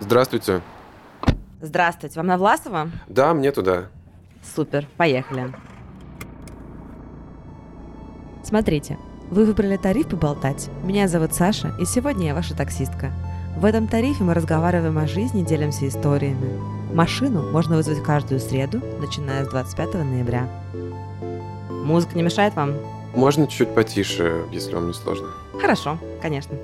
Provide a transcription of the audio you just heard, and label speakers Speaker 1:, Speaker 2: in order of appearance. Speaker 1: Здравствуйте.
Speaker 2: Здравствуйте, вам на Власова?
Speaker 1: Да, мне туда.
Speaker 2: Супер, поехали. Смотрите, вы выбрали тариф поболтать. Меня зовут Саша, и сегодня я ваша таксистка. В этом тарифе мы разговариваем о жизни, делимся историями. Машину можно вызвать каждую среду, начиная с 25 ноября. Музыка не мешает вам?
Speaker 1: Можно чуть потише, если вам не сложно.
Speaker 2: Хорошо, конечно.